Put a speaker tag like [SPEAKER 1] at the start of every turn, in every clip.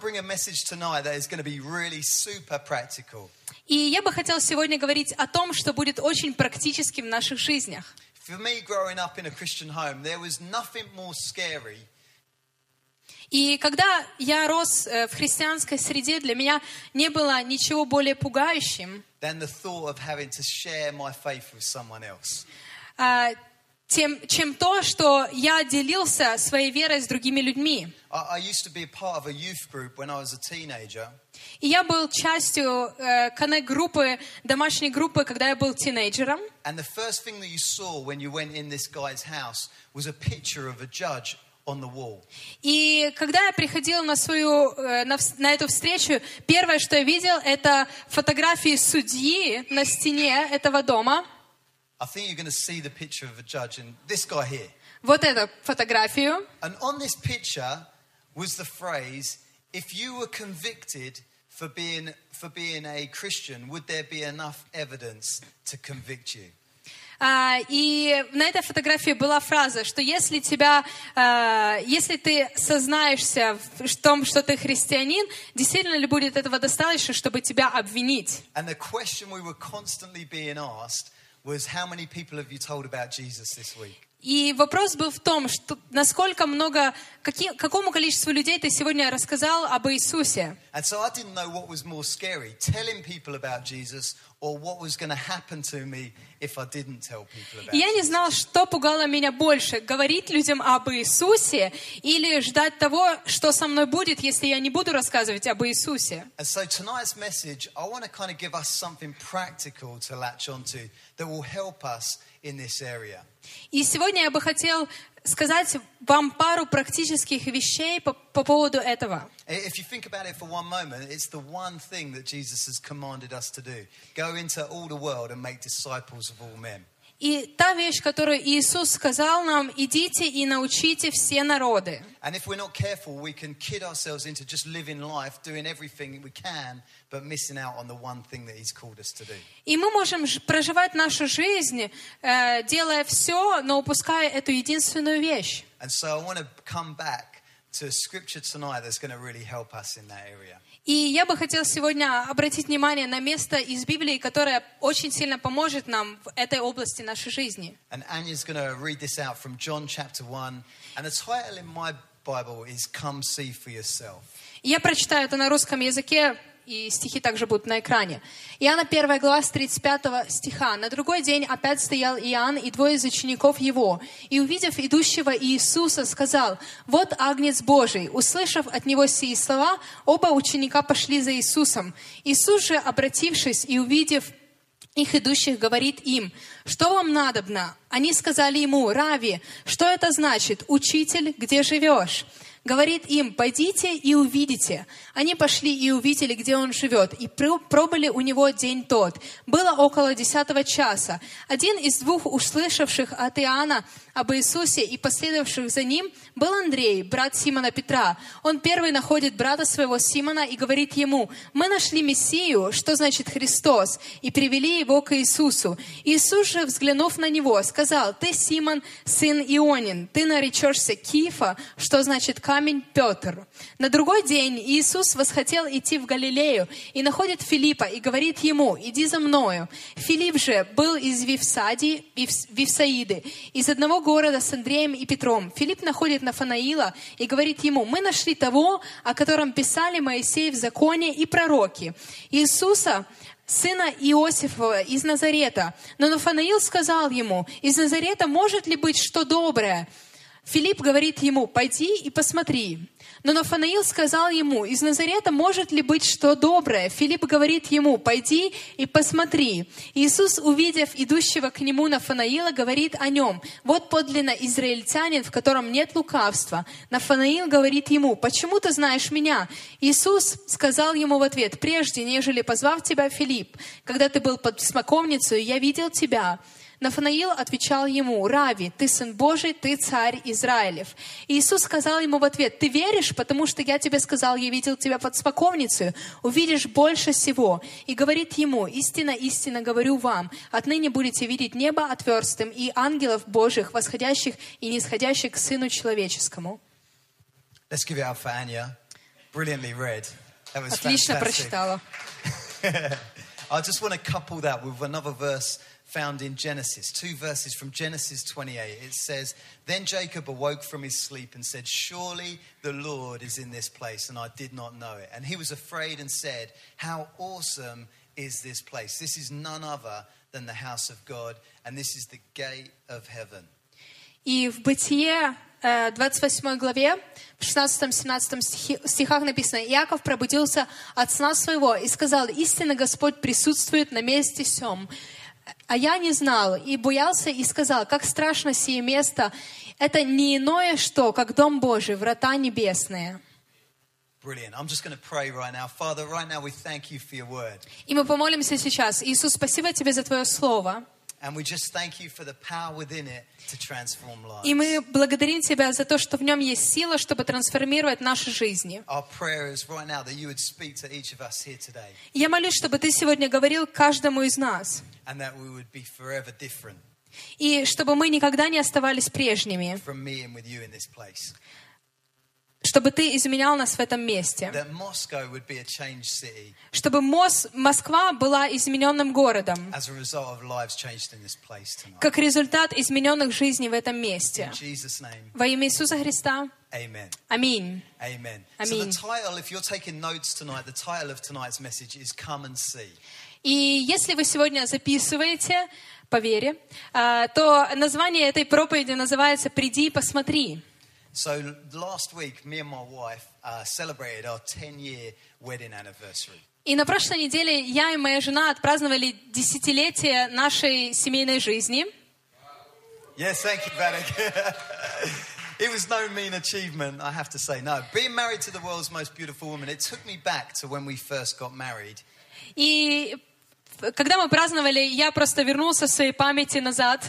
[SPEAKER 1] bring a message tonight that is going to be really super practical.
[SPEAKER 2] И я бы хотела сегодня говорить о том, что будет очень практическим в наших жизнях.
[SPEAKER 1] For me, growing up in a Christian home, there was nothing more scary
[SPEAKER 2] И когда я рос э, в христианской среде, для меня не было ничего более пугающим,
[SPEAKER 1] than the thought of having to share my faith with someone else.
[SPEAKER 2] а, тем, чем то, что я делился своей верой с другими людьми.
[SPEAKER 1] I, I used to be a part of a youth group when I was a teenager,
[SPEAKER 2] И я был частью э, коннект-группы, домашней группы, когда я был тинейджером.
[SPEAKER 1] and the first thing that you saw when you went in this guy's house was a picture of a judge on the wall.
[SPEAKER 2] И когда я приходила на свою, э, на, вс- на эту встречу, первое, что я видел, это фотографии судьи на стене этого дома.
[SPEAKER 1] I think you're going to see the picture of a judge and this guy here.
[SPEAKER 2] Вот эту фотографию.
[SPEAKER 1] And on this picture was the phrase, if you were convicted for being, for being a Christian, would there be enough evidence to convict you?
[SPEAKER 2] А, И на этой фотографии была фраза, что если тебя, а, если ты сознаешься в том, что ты христианин, действительно ли будет этого достаточно, чтобы тебя обвинить?
[SPEAKER 1] And the question we were constantly being asked was, how many people have you told about Jesus this week?
[SPEAKER 2] И вопрос был в том, что насколько много, каки- какому количеству людей ты сегодня рассказал об Иисусе.
[SPEAKER 1] And so I didn't know what was more scary, telling people about Jesus or what was going to happen to me if I didn't tell people about
[SPEAKER 2] И я
[SPEAKER 1] Jesus.
[SPEAKER 2] не знал, что пугало меня больше, говорить людям об Иисусе или ждать того, что со мной будет, если я не буду рассказывать об Иисусе.
[SPEAKER 1] And so tonight's message, I want to kind of give us something practical to latch onto that will help us in this area.
[SPEAKER 2] И сегодня я бы хотел сказать вам пару практических вещей по, по поводу этого.
[SPEAKER 1] I- If you think about it for one moment, it's the one thing that Jesus has commanded us to do go into all the world and make disciples of all men.
[SPEAKER 2] И та вещь, которую Иисус сказал нам, идите и научите все народы.
[SPEAKER 1] And if we're not careful, we can kid ourselves into just living life, doing everything we can, but missing out on the one thing that He's called us to do.
[SPEAKER 2] И мы можем ж- проживать нашу жизнь, э, делая все, но упуская эту единственную вещь.
[SPEAKER 1] And so I want to come back to a scripture tonight that's going to really help us in that area.
[SPEAKER 2] И я бы хотела сегодня обратить внимание на место из Библии, которое очень сильно поможет нам в этой области нашей жизни.
[SPEAKER 1] And Anya's going to read this out from John chapter 1. And the title in my Bible is Come See for Yourself.
[SPEAKER 2] Я прочитаю это на русском языке, и стихи также будут на экране. Иоанна 1 глава с 35 стиха. «На другой день опять стоял Иоанн и двое из учеников его, и, увидев идущего Иисуса, сказал, «Вот Агнец Божий». Услышав от него сии слова, оба ученика пошли за Иисусом. Иисус же, обратившись и увидев их идущих, говорит им, «Что вам надобно?» Они сказали ему, «Рави, что это значит? Учитель, где живешь?» Говорит им, «Пойдите и увидите». Они пошли и увидели, где он живет, и пр- пробыли у него день тот. Было около десятого часа. Один из двух услышавших от Иоанна об Иисусе и последовавших за ним был Андрей, брат Симона Петра. Он первый находит брата своего Симона и говорит ему, «Мы нашли Мессию, что значит Христос, и привели его к Иисусу. Иисус же, взглянув на него, сказал, «Ты, Симон, сын Ионин, ты наречешься Кифа, что значит камень Петр». На другой день Иисус восхотел идти в Галилею и находит Филиппа и говорит ему, «Иди за мною». Филипп же был из Вифсадии, Вифс- Вифсаиды, из одного города с Андреем и Петром. Филипп находит Нафанаила и говорит ему, «Мы нашли того, о котором писали Моисей в законе и пророки, Иисуса, сына Иосифова из Назарета. Но Нафанаил сказал ему, из Назарета может ли быть что доброе? Филипп говорит ему, пойди и посмотри. Но Нафанаил сказал ему, из Назарета может ли быть что доброе? Филипп говорит ему, пойди и посмотри. Иисус, увидев идущего к нему Нафанаила, говорит о нем, вот подлинно израильтянин, в котором нет лукавства. Нафанаил говорит ему, почему ты знаешь меня? Иисус сказал ему в ответ, прежде, нежели позвав тебя, Филипп, когда ты был под смоковницей, я видел тебя. Нафанаил отвечал ему, «Рави, ты сын Божий, ты царь Израилев». И Иисус сказал ему в ответ, «Ты веришь, потому что я тебе сказал, я видел тебя под споковницей, увидишь больше всего». И говорит ему, «Истина, истина говорю вам, отныне будете видеть небо отверстым и ангелов Божьих, восходящих и нисходящих к Сыну Человеческому».
[SPEAKER 1] Let's give it up for Anya. Brilliantly read. That was
[SPEAKER 2] Отлично
[SPEAKER 1] fantastic.
[SPEAKER 2] прочитала.
[SPEAKER 1] I just want to couple that with another verse found in Genesis, two verses from Genesis 28. It says, Then Jacob awoke from his sleep and said, Surely the Lord is in this place, and I did not know it. And he was afraid and said, How awesome is this place? This is none other than the house of God, and this is the gate of heaven.
[SPEAKER 2] И в Бытие э, 28 главе, в 16-17 стихи- стихах написано, «Иаков пробудился от сна своего и сказал, истинно Господь присутствует на месте сем. А я не знал и боялся, и сказал, как страшно сие место, это не иное что, как Дом Божий, врата небесные».
[SPEAKER 1] Brilliant. I'm just going to pray right now. Father, right now we thank you for your word.
[SPEAKER 2] И мы помолимся сейчас. Иисус, спасибо Тебе за Твое Слово.
[SPEAKER 1] And we just thank you for the power within it to transform lives.
[SPEAKER 2] И мы благодарим Тебя за то, что в нем есть сила, чтобы трансформировать наши жизни.
[SPEAKER 1] Our prayer is right now that you would speak to each of us here today
[SPEAKER 2] Я молюсь, чтобы Ты сегодня говорил каждому из нас,
[SPEAKER 1] and that we would be forever different
[SPEAKER 2] и чтобы мы никогда не оставались прежними,
[SPEAKER 1] from me and with you in this place.
[SPEAKER 2] чтобы Ты изменял нас в этом месте,
[SPEAKER 1] That Moscow would be a changed city
[SPEAKER 2] чтобы Мос- Москва была измененным городом,
[SPEAKER 1] as a result of lives changed in this place tonight.
[SPEAKER 2] как результат измененных жизней в этом
[SPEAKER 1] In
[SPEAKER 2] месте.
[SPEAKER 1] Jesus' name,
[SPEAKER 2] Во имя Иисуса Христа.
[SPEAKER 1] amen.
[SPEAKER 2] Аминь.
[SPEAKER 1] Amen. So the
[SPEAKER 2] Amen.
[SPEAKER 1] title, if you're taking notes tonight, the title of tonight's message is Come and See.
[SPEAKER 2] И если вы сегодня записываете по вере, а, то название этой проповеди называется «Приди и посмотри».
[SPEAKER 1] So last week, me and my wife uh, celebrated our 10 year wedding anniversary.
[SPEAKER 2] И на прошлой неделе я и моя жена отпраздновали десятилетие нашей семейной жизни.
[SPEAKER 1] Yes, thank you, Vanek. it was no mean achievement, I have to say. No, being married to the world's most beautiful woman, it took me back to when we first got married.
[SPEAKER 2] И когда мы праздновали, я просто вернулся в своей памяти назад.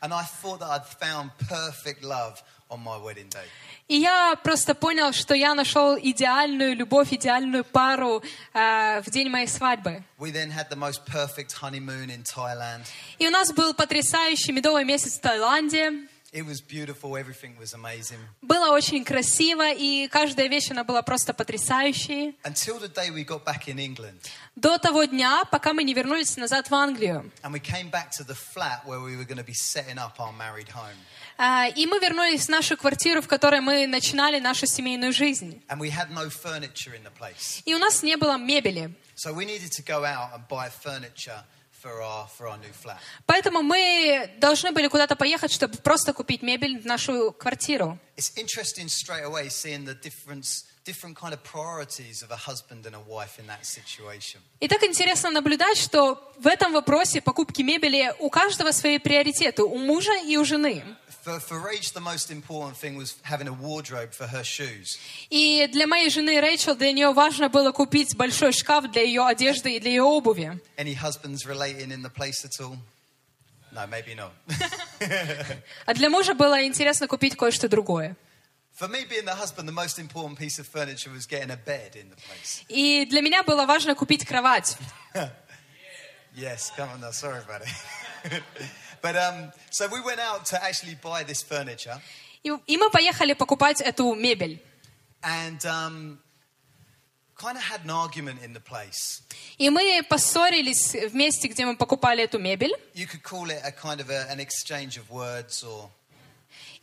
[SPEAKER 1] And I thought that I'd found perfect love on my wedding day.
[SPEAKER 2] И я просто понял, что я нашел идеальную любовь, идеальную пару э, в день моей свадьбы.
[SPEAKER 1] We then had the most perfect honeymoon in Thailand.
[SPEAKER 2] И у нас был потрясающий медовый месяц в Таиланде.
[SPEAKER 1] It was beautiful, everything was amazing.
[SPEAKER 2] Было очень красиво, и каждая вещь, она была просто потрясающей.
[SPEAKER 1] Until the day we got back in England
[SPEAKER 2] До того дня, пока мы не вернулись назад в Англию.
[SPEAKER 1] and we came back to the flat where we were going to be setting up our married home.
[SPEAKER 2] А, И мы вернулись в нашу квартиру, в которой мы начинали нашу семейную жизнь.
[SPEAKER 1] And we had no furniture in the place.
[SPEAKER 2] И у нас не было мебели.
[SPEAKER 1] So we needed to go out and buy furniture for our, for our new flat.
[SPEAKER 2] Поэтому мы должны были куда-то поехать, чтобы просто купить мебель в нашу квартиру.
[SPEAKER 1] It's interesting straight away seeing the difference, different kind of priorities of a husband and a wife in that situation.
[SPEAKER 2] И так интересно наблюдать, что в этом вопросе покупки мебели у каждого свои приоритеты, у мужа и у жены.
[SPEAKER 1] For, for Rach, the most important thing was having a wardrobe for her shoes.
[SPEAKER 2] И для моей жены Рэйчел, для нее важно было купить большой шкаф для ее одежды и для ее обуви.
[SPEAKER 1] Any husbands relating in the place at all? No, maybe not.
[SPEAKER 2] А для мужа было интересно купить кое-что другое.
[SPEAKER 1] for me, being the husband, the most important piece of furniture was getting a bed in the place.
[SPEAKER 2] И для меня было важно купить кровать.
[SPEAKER 1] Yes, come on now, sorry about it. but um, so we went out to actually buy this furniture.
[SPEAKER 2] И, и мы поехали покупать эту мебель.
[SPEAKER 1] and um, kind of had an argument in the place.
[SPEAKER 2] И мы поссорились в месте, где мы покупали эту мебель.
[SPEAKER 1] You could call it a kind of a, an exchange of words, or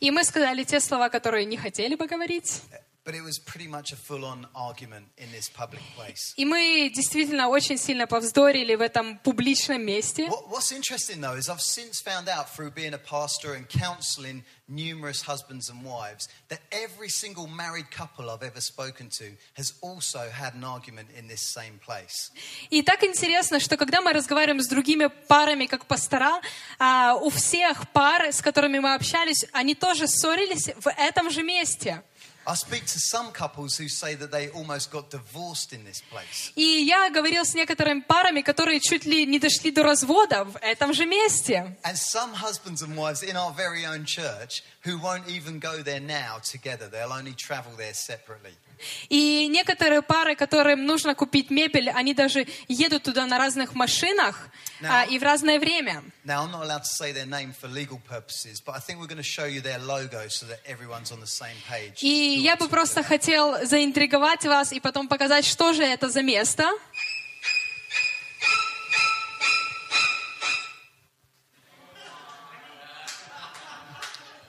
[SPEAKER 2] И мы сказали те слова, которые не хотели бы говорить.
[SPEAKER 1] but it was pretty much a full-on argument in this public place.
[SPEAKER 2] И мы действительно очень сильно повздорили в этом публичном месте.
[SPEAKER 1] What, what's interesting though is I've since found out through being a pastor and counselling numerous husbands and wives that every single married couple I've ever spoken to has also had an argument in this same place.
[SPEAKER 2] И так интересно, что когда мы разговариваем с другими парами, как пастора, а, у всех пар, с которыми мы общались, они тоже ссорились в этом же месте.
[SPEAKER 1] I speak to some couples who say that they almost got divorced in this place.
[SPEAKER 2] И я говорил с некоторыми парами, которые чуть ли не дошли до развода в этом же месте.
[SPEAKER 1] And some husbands and wives in our very own church who won't even go there now together, they'll only travel there separately.
[SPEAKER 2] И некоторые пары, которым нужно купить мебель, они даже едут туда на разных машинах а, и в разное время.
[SPEAKER 1] Now, I'm not allowed to say their name for legal purposes, but I think we're going to show you their logo so that everyone's on the same page.
[SPEAKER 2] И я бы просто хотел заинтриговать вас и потом показать, что же это за место.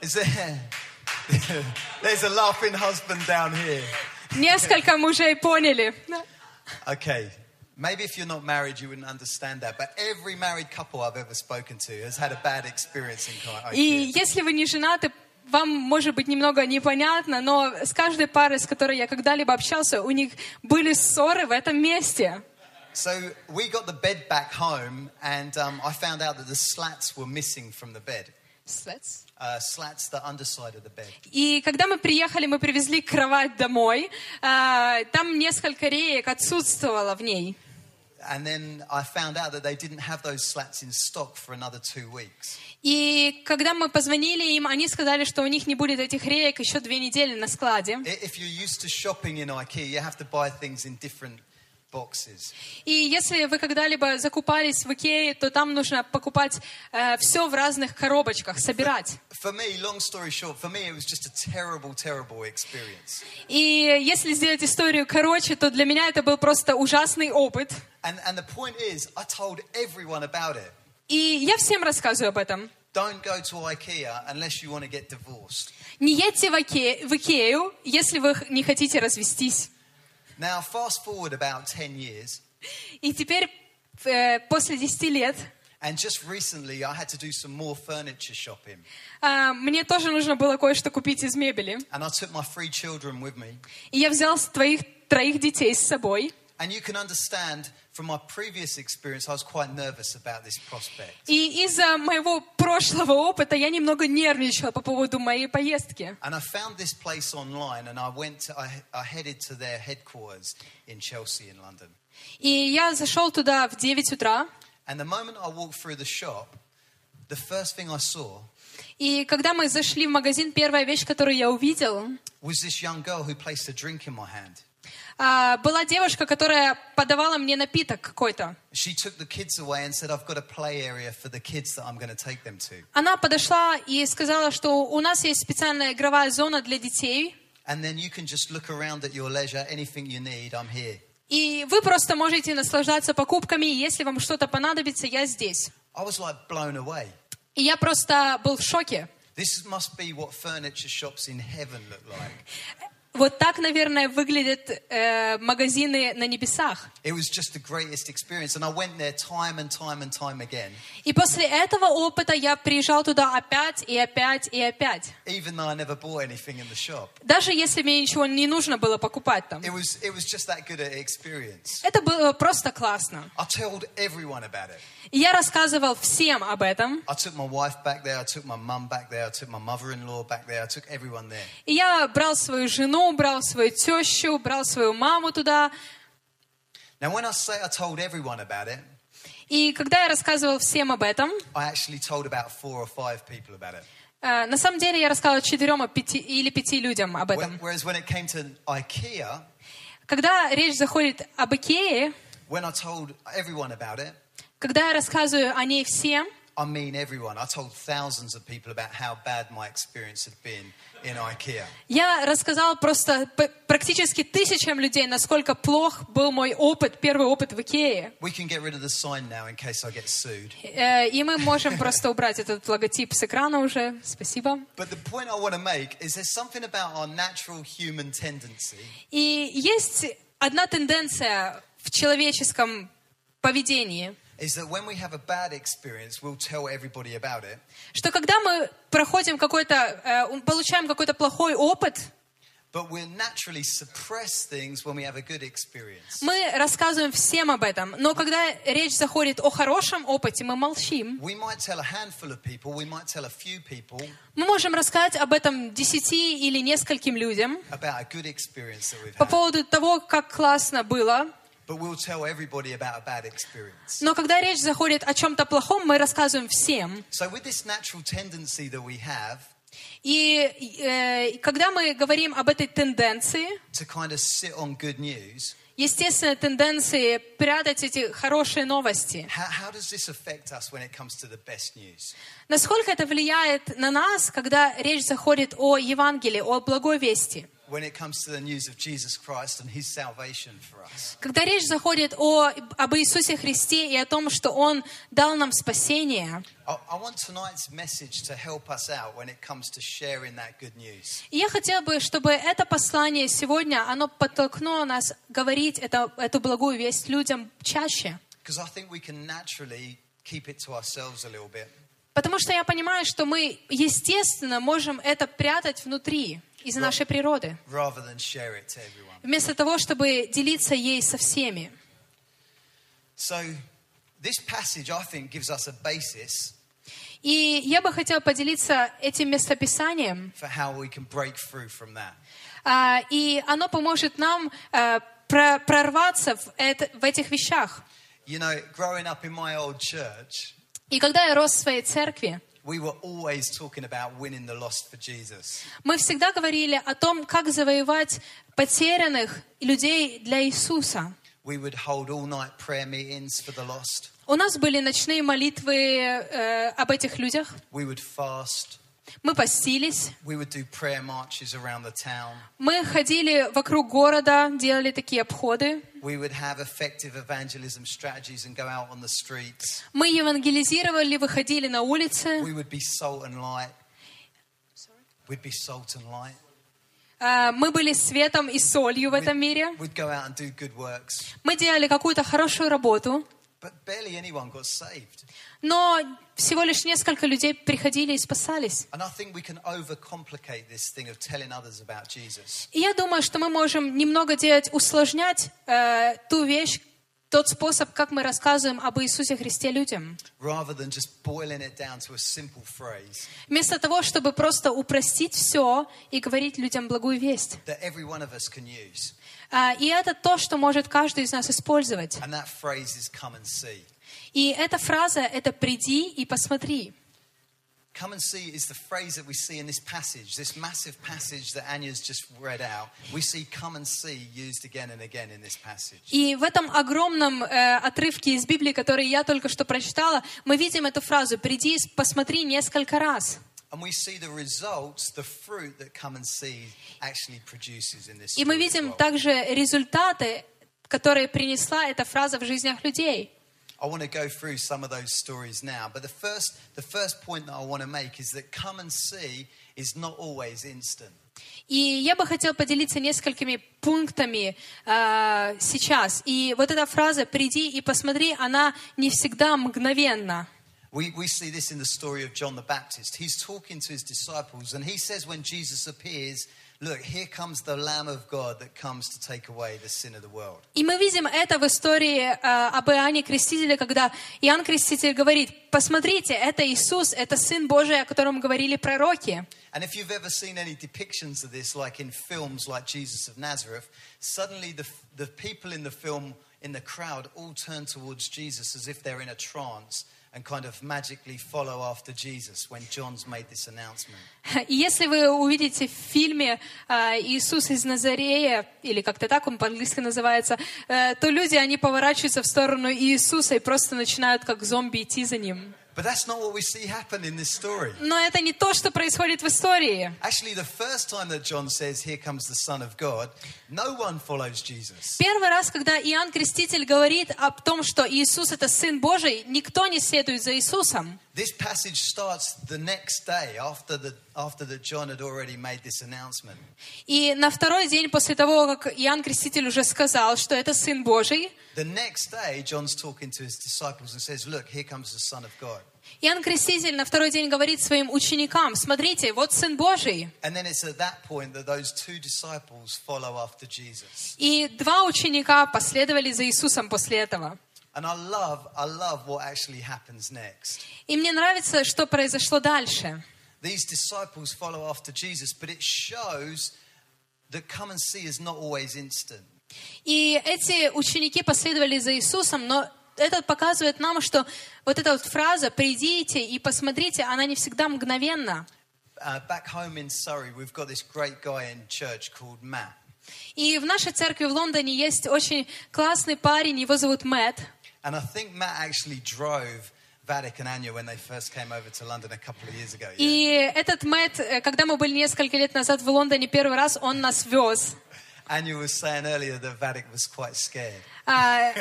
[SPEAKER 1] Is there... There's a laughing husband down here.
[SPEAKER 2] Несколько мужей поняли.
[SPEAKER 1] Okay. Maybe if you're not married, you wouldn't understand that. But every married couple I've ever spoken to has had a bad experience in Kai-
[SPEAKER 2] И
[SPEAKER 1] IKEA.
[SPEAKER 2] если вы не женаты, вам может быть немного непонятно, но с каждой парой, с которой я когда-либо общался, у них были ссоры в этом месте.
[SPEAKER 1] So we got the bed back home, and um, I found out that the slats were missing from the bed. Uh, slats, the underside of the bed.
[SPEAKER 2] И когда мы приехали, мы привезли кровать домой. а, Там несколько реек отсутствовало в ней.
[SPEAKER 1] And then I found out that they didn't have those slats in stock for another two weeks.
[SPEAKER 2] И когда мы позвонили им, они сказали, что у них не будет этих реек еще две недели на складе.
[SPEAKER 1] I- If you're used to shopping in IKEA, you have to buy things in different boxes.
[SPEAKER 2] И если вы когда-либо закупались в Икее, то там нужно покупать все в разных коробочках, собирать.
[SPEAKER 1] For me, long story short, for me it was just a terrible, terrible experience.
[SPEAKER 2] И если сделать историю короче, то для меня это был просто ужасный опыт.
[SPEAKER 1] And, and the point is, I told everyone about it.
[SPEAKER 2] И я всем рассказываю об этом.
[SPEAKER 1] Don't go to IKEA unless you want to get divorced.
[SPEAKER 2] Не едьте в, Ике- в Икею, если вы х- не хотите развестись.
[SPEAKER 1] Now, fast forward about 10 years,
[SPEAKER 2] И теперь э, после 10 лет
[SPEAKER 1] and just recently I had to do some more furniture shopping.
[SPEAKER 2] э, мне тоже нужно было кое-что купить из мебели.
[SPEAKER 1] And I took my three children with me.
[SPEAKER 2] И я взял с твоих троих детей с собой.
[SPEAKER 1] And you can understand from my previous experience, I was quite nervous about this prospect.
[SPEAKER 2] И из-за моего прошлого опыта я немного нервничала по поводу моей поездки.
[SPEAKER 1] And I found this place online and I went to, I, I headed to their headquarters in Chelsea in London.
[SPEAKER 2] И я зашел туда в 9 утра.
[SPEAKER 1] And the moment I walked through the shop, the first thing I saw
[SPEAKER 2] И когда мы зашли в магазин, первая вещь, которую я увидел,
[SPEAKER 1] was this young girl who placed a drink in my hand.
[SPEAKER 2] а, была девушка, которая подавала мне напиток какой-то.
[SPEAKER 1] She took the kids away and said, I've got a play area for the kids that I'm going to take them to.
[SPEAKER 2] Она подошла и сказала, что у нас есть специальная игровая зона для детей,
[SPEAKER 1] And then you can just look around at your leisure, anything you need, I'm here.
[SPEAKER 2] и вы просто можете наслаждаться покупками, и если вам что-то понадобится, я здесь.
[SPEAKER 1] I was like blown away.
[SPEAKER 2] И я просто был в шоке.
[SPEAKER 1] This must be what furniture shops in heaven look like.
[SPEAKER 2] Вот так, наверное, выглядят э, магазины на небесах.
[SPEAKER 1] It was just the greatest experience. And I went there time and time and time again,
[SPEAKER 2] И после этого опыта я приезжал туда опять и опять и опять.
[SPEAKER 1] even though I never bought anything in the shop.
[SPEAKER 2] Даже если мне ничего не нужно было покупать там.
[SPEAKER 1] It was, it was just that good an experience.
[SPEAKER 2] Это было просто классно.
[SPEAKER 1] I told everyone about it.
[SPEAKER 2] И я рассказывал всем об этом.
[SPEAKER 1] I took my wife back there, I took my mum back there, I took my mother in law back there, I took everyone there.
[SPEAKER 2] И я брал свою жену, брал свою тещу, брал свою маму туда.
[SPEAKER 1] Now, when I say I told everyone about it,
[SPEAKER 2] И когда я рассказывал всем об этом,
[SPEAKER 1] I actually told about four or five people about it.
[SPEAKER 2] э, на самом деле я рассказывала четырем а пяти- или пяти людям об этом.
[SPEAKER 1] Wh- Whereas when it came to IKEA,
[SPEAKER 2] Когда речь заходит об Икее,
[SPEAKER 1] when I told everyone about it,
[SPEAKER 2] когда я рассказываю о ней всем,
[SPEAKER 1] I mean everyone. I told thousands of people about how bad my experience had been in IKEA.
[SPEAKER 2] я рассказала просто п- практически тысячам людей, насколько плох был мой опыт, первый опыт в Икее.
[SPEAKER 1] We can get rid of the sign now in case I get sued.
[SPEAKER 2] Э, И мы можем просто убрать этот логотип с экрана уже. Спасибо.
[SPEAKER 1] But the point I want to make is there's something about our natural human tendency
[SPEAKER 2] И есть одна тенденция в человеческом поведении,
[SPEAKER 1] is that when we have a bad experience, we'll tell everybody about it.
[SPEAKER 2] что когда мы проходим какой-то, э, у- получаем какой-то плохой опыт,
[SPEAKER 1] But we'll naturally suppress things when we have a good experience.
[SPEAKER 2] мы рассказываем всем об этом. Но когда речь заходит о хорошем опыте, мы молчим.
[SPEAKER 1] We might tell a handful of people, we might tell a few people
[SPEAKER 2] Мы можем рассказать об этом десяти или нескольким людям
[SPEAKER 1] about a good experience that we've
[SPEAKER 2] по
[SPEAKER 1] had,
[SPEAKER 2] поводу того, как классно было.
[SPEAKER 1] but we'll tell everybody about a bad experience.
[SPEAKER 2] Но когда речь заходит о чем-то плохом, мы рассказываем всем.
[SPEAKER 1] So, with this natural tendency that we have,
[SPEAKER 2] И э, когда мы говорим об этой тенденции,
[SPEAKER 1] to kind of sit on good news.
[SPEAKER 2] естественно, тенденции прятать эти хорошие новости,
[SPEAKER 1] How, how does this affect us when it comes to the best news?
[SPEAKER 2] насколько это влияет на нас, когда речь заходит о Евангелии, о благой вести?
[SPEAKER 1] When it comes to the news of Jesus Christ and his salvation for us?
[SPEAKER 2] Когда речь заходит о, об Иисусе Христе и о том, что Он дал нам спасение,
[SPEAKER 1] I, I want tonight's message to help us out when it comes to sharing that good news.
[SPEAKER 2] И я хотела бы, чтобы это послание сегодня, оно подтолкнуло нас говорить это, эту благую весть людям чаще.
[SPEAKER 1] Because I think we can naturally keep it to ourselves a little bit.
[SPEAKER 2] Потому что я понимаю, что мы, естественно, можем это прятать внутри, из нашей природы,
[SPEAKER 1] rather than share it to everyone.
[SPEAKER 2] вместо того, чтобы делиться ей со всеми.
[SPEAKER 1] So, this passage, I think, gives us a basis
[SPEAKER 2] И я бы хотела поделиться этим местописанием,
[SPEAKER 1] for how we can break through from that.
[SPEAKER 2] а, и оно поможет нам а, про- прорваться в, это- в этих вещах.
[SPEAKER 1] You know, growing up in my old church,
[SPEAKER 2] И когда я рос в своей церкви,
[SPEAKER 1] we were always talking about winning the lost for Jesus.
[SPEAKER 2] Мы всегда говорили о том, как завоевать потерянных людей для Иисуса.
[SPEAKER 1] We would hold all night prayer meetings for the lost,
[SPEAKER 2] У нас были ночные молитвы э, об этих людях.
[SPEAKER 1] we would fast,
[SPEAKER 2] Мы постились.
[SPEAKER 1] we would do prayer marches around the town,
[SPEAKER 2] Мы ходили вокруг города, делали такие обходы.
[SPEAKER 1] we would have effective evangelism strategies and go out on the streets,
[SPEAKER 2] Мы евангелизировали, выходили на улицы.
[SPEAKER 1] we would be salt and light. We'd be salt and light.
[SPEAKER 2] Э, Мы были светом и солью в этом мире.
[SPEAKER 1] We'd go out and do good works.
[SPEAKER 2] Мы делали какую-то хорошую работу.
[SPEAKER 1] But barely anyone got saved.
[SPEAKER 2] Но всего лишь несколько людей приходили и спасались.
[SPEAKER 1] And I think we can overcomplicate this thing of telling others about Jesus.
[SPEAKER 2] И я думаю, что мы можем немного делать, усложнять э, ту вещь, тот способ, как мы рассказываем об Иисусе Христе людям.
[SPEAKER 1] Rather than just boiling it down to a simple phrase
[SPEAKER 2] Вместо того, чтобы просто упростить все и говорить людям благую весть.
[SPEAKER 1] that every one of us can use.
[SPEAKER 2] А, и это то, что может каждый из нас использовать.
[SPEAKER 1] And that phrase is come and see.
[SPEAKER 2] И эта фраза — это «приди и посмотри».
[SPEAKER 1] Come and see is the phrase that we see in this passage, this massive passage that Anya's just read out. We see come and see used again and again in this passage.
[SPEAKER 2] И в этом огромном э, отрывке из Библии, который я только что прочитала, мы видим эту фразу «приди и посмотри» несколько раз.
[SPEAKER 1] And we see the results, the fruit that come and see actually produces in this.
[SPEAKER 2] И мы
[SPEAKER 1] story as
[SPEAKER 2] видим
[SPEAKER 1] well.
[SPEAKER 2] также результаты, которые принесла эта фраза в жизнях людей.
[SPEAKER 1] I want to go through some of those stories now, but the first, the first point that I want to make is that come and see is not always instant.
[SPEAKER 2] И я бы хотела поделиться несколькими пунктами э, сейчас. И вот эта фраза «приди и посмотри», она не всегда мгновенна.
[SPEAKER 1] We, we see this in the story of John the Baptist. He's talking to his disciples, and he says, when Jesus appears, Look, here comes the Lamb of God that comes to take away the sin of the world.
[SPEAKER 2] И мы видим это в истории э, об Иоанне Крестителе, когда Иоанн Креститель говорит, посмотрите, это Иисус, это Сын Божий, о котором говорили пророки.
[SPEAKER 1] And if you've ever seen any depictions of this, like in films like Jesus of Nazareth, suddenly the, the people in the film, in the crowd, all turn towards Jesus as if they're in a trance and kind of magically follow after Jesus when John's made this announcement.
[SPEAKER 2] И Если вы увидите в фильме э, «Иисус из Назарея», или как-то так он по-английски называется, э, то люди, они поворачиваются в сторону Иисуса и просто начинают как зомби идти за ним.
[SPEAKER 1] But that's not what we see happen in this story.
[SPEAKER 2] Но это не то, что происходит в истории.
[SPEAKER 1] Actually, the first time that John says, Here comes the Son of God, no one follows Jesus.
[SPEAKER 2] Первый раз, когда Иоанн Креститель говорит об том, что Иисус — это Сын Божий, никто не следует за Иисусом.
[SPEAKER 1] This passage starts the next day after, the, after that John had already made this announcement.
[SPEAKER 2] И на второй день после того, как Иоанн Креститель уже сказал, что это Сын Божий,
[SPEAKER 1] The next day, John's talking to his disciples and says, Look, here comes the Son of God.
[SPEAKER 2] Иоанн Креститель на второй день говорит своим ученикам, смотрите, вот Сын Божий.
[SPEAKER 1] And then it's at that point that those two disciples follow after Jesus.
[SPEAKER 2] И два ученика последовали за Иисусом после этого.
[SPEAKER 1] And I love, I love what actually happens next.
[SPEAKER 2] И мне нравится, что произошло дальше.
[SPEAKER 1] These disciples follow after Jesus, but it shows that come and see is not always instant.
[SPEAKER 2] И эти ученики последовали за Иисусом, но это показывает нам, что вот эта вот фраза «придите и посмотрите», она не всегда мгновенна.
[SPEAKER 1] uh, back home in Surrey, we've got this great guy in church called Matt.
[SPEAKER 2] И в нашей церкви в Лондоне есть очень классный парень, его зовут Мэтт.
[SPEAKER 1] And I think Matt actually drove Vatic and Anya when they first came over to London a couple of years ago. yeah.
[SPEAKER 2] И этот Мэтт, э, когда мы были несколько лет назад в Лондоне первый раз, он нас вез.
[SPEAKER 1] Anya was saying earlier that Vatic was quite scared.
[SPEAKER 2] А,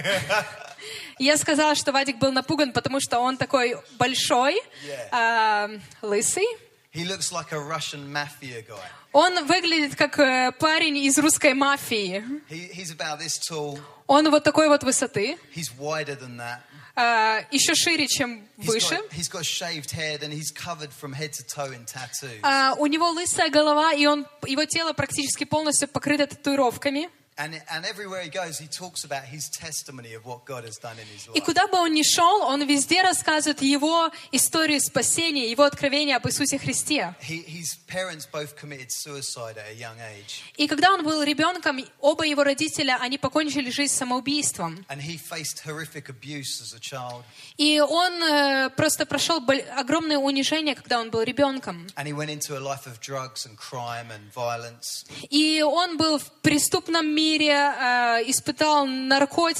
[SPEAKER 2] Я сказала, что Вадик был напуган, потому что он такой большой, а, лысый.
[SPEAKER 1] He looks like a Russian mafia guy.
[SPEAKER 2] Он выглядит как э, парень из русской мафии.
[SPEAKER 1] He, he's about this tall.
[SPEAKER 2] Он вот такой вот высоты,
[SPEAKER 1] He's wider than that.
[SPEAKER 2] а, еще шире, чем
[SPEAKER 1] He's
[SPEAKER 2] выше.
[SPEAKER 1] got, he's got shaved head and he's covered from head to toe in tattoos.
[SPEAKER 2] А, У него лысая голова, и он, его тело практически полностью покрыто татуировками.
[SPEAKER 1] And, and everywhere he goes, he talks about his testimony of what God has done in his
[SPEAKER 2] И
[SPEAKER 1] life.
[SPEAKER 2] куда бы он ни шел, он везде рассказывает его историю спасения, его откровение об Иисусе Христе.
[SPEAKER 1] He, his parents both committed suicide at a young age,
[SPEAKER 2] И когда он был ребенком, оба его родителя, они покончили жизнь самоубийством.
[SPEAKER 1] and he faced horrific abuse as a child,
[SPEAKER 2] И он э, просто прошел бол- огромное унижение, когда он был ребенком.
[SPEAKER 1] and he went into a life of drugs and crime and violence.
[SPEAKER 2] И он был в преступном мире, э, испытал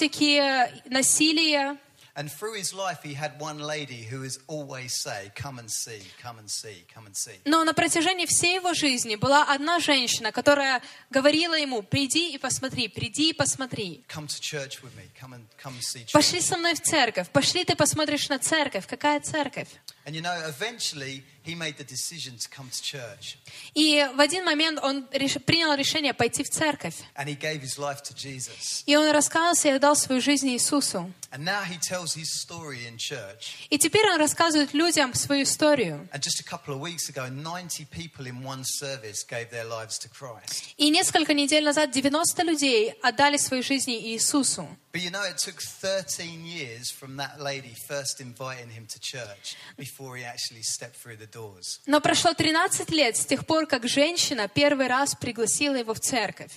[SPEAKER 2] наркотики, насилие.
[SPEAKER 1] And through his life, he had one lady who is always say, "Come and see, come and see, come and see."
[SPEAKER 2] Но на протяжении всей его жизни была одна женщина, которая говорила ему, приди и посмотри, приди и посмотри.
[SPEAKER 1] Come to church with me. Come and come and see church.
[SPEAKER 2] Пошли со мной в церковь, пошли ты посмотришь на церковь, какая церковь.
[SPEAKER 1] And you know, eventually, he made the decision to come to church,
[SPEAKER 2] И в один момент он реш- принял решение пойти в церковь.
[SPEAKER 1] and he gave his life to Jesus.
[SPEAKER 2] И он раскаялся и отдал свою жизнь Иисусу.
[SPEAKER 1] And now he tells his story in church.
[SPEAKER 2] И теперь он рассказывает людям свою историю.
[SPEAKER 1] And just a couple of weeks ago, 90 people in one service gave their lives to Christ.
[SPEAKER 2] И несколько недель назад 90 людей отдали свои жизни Иисусу.
[SPEAKER 1] But you know, it took 13 years from that lady first inviting him to church before he actually stepped through the doors.
[SPEAKER 2] Но прошло 13 лет с тех пор, как женщина первый раз пригласила его в церковь.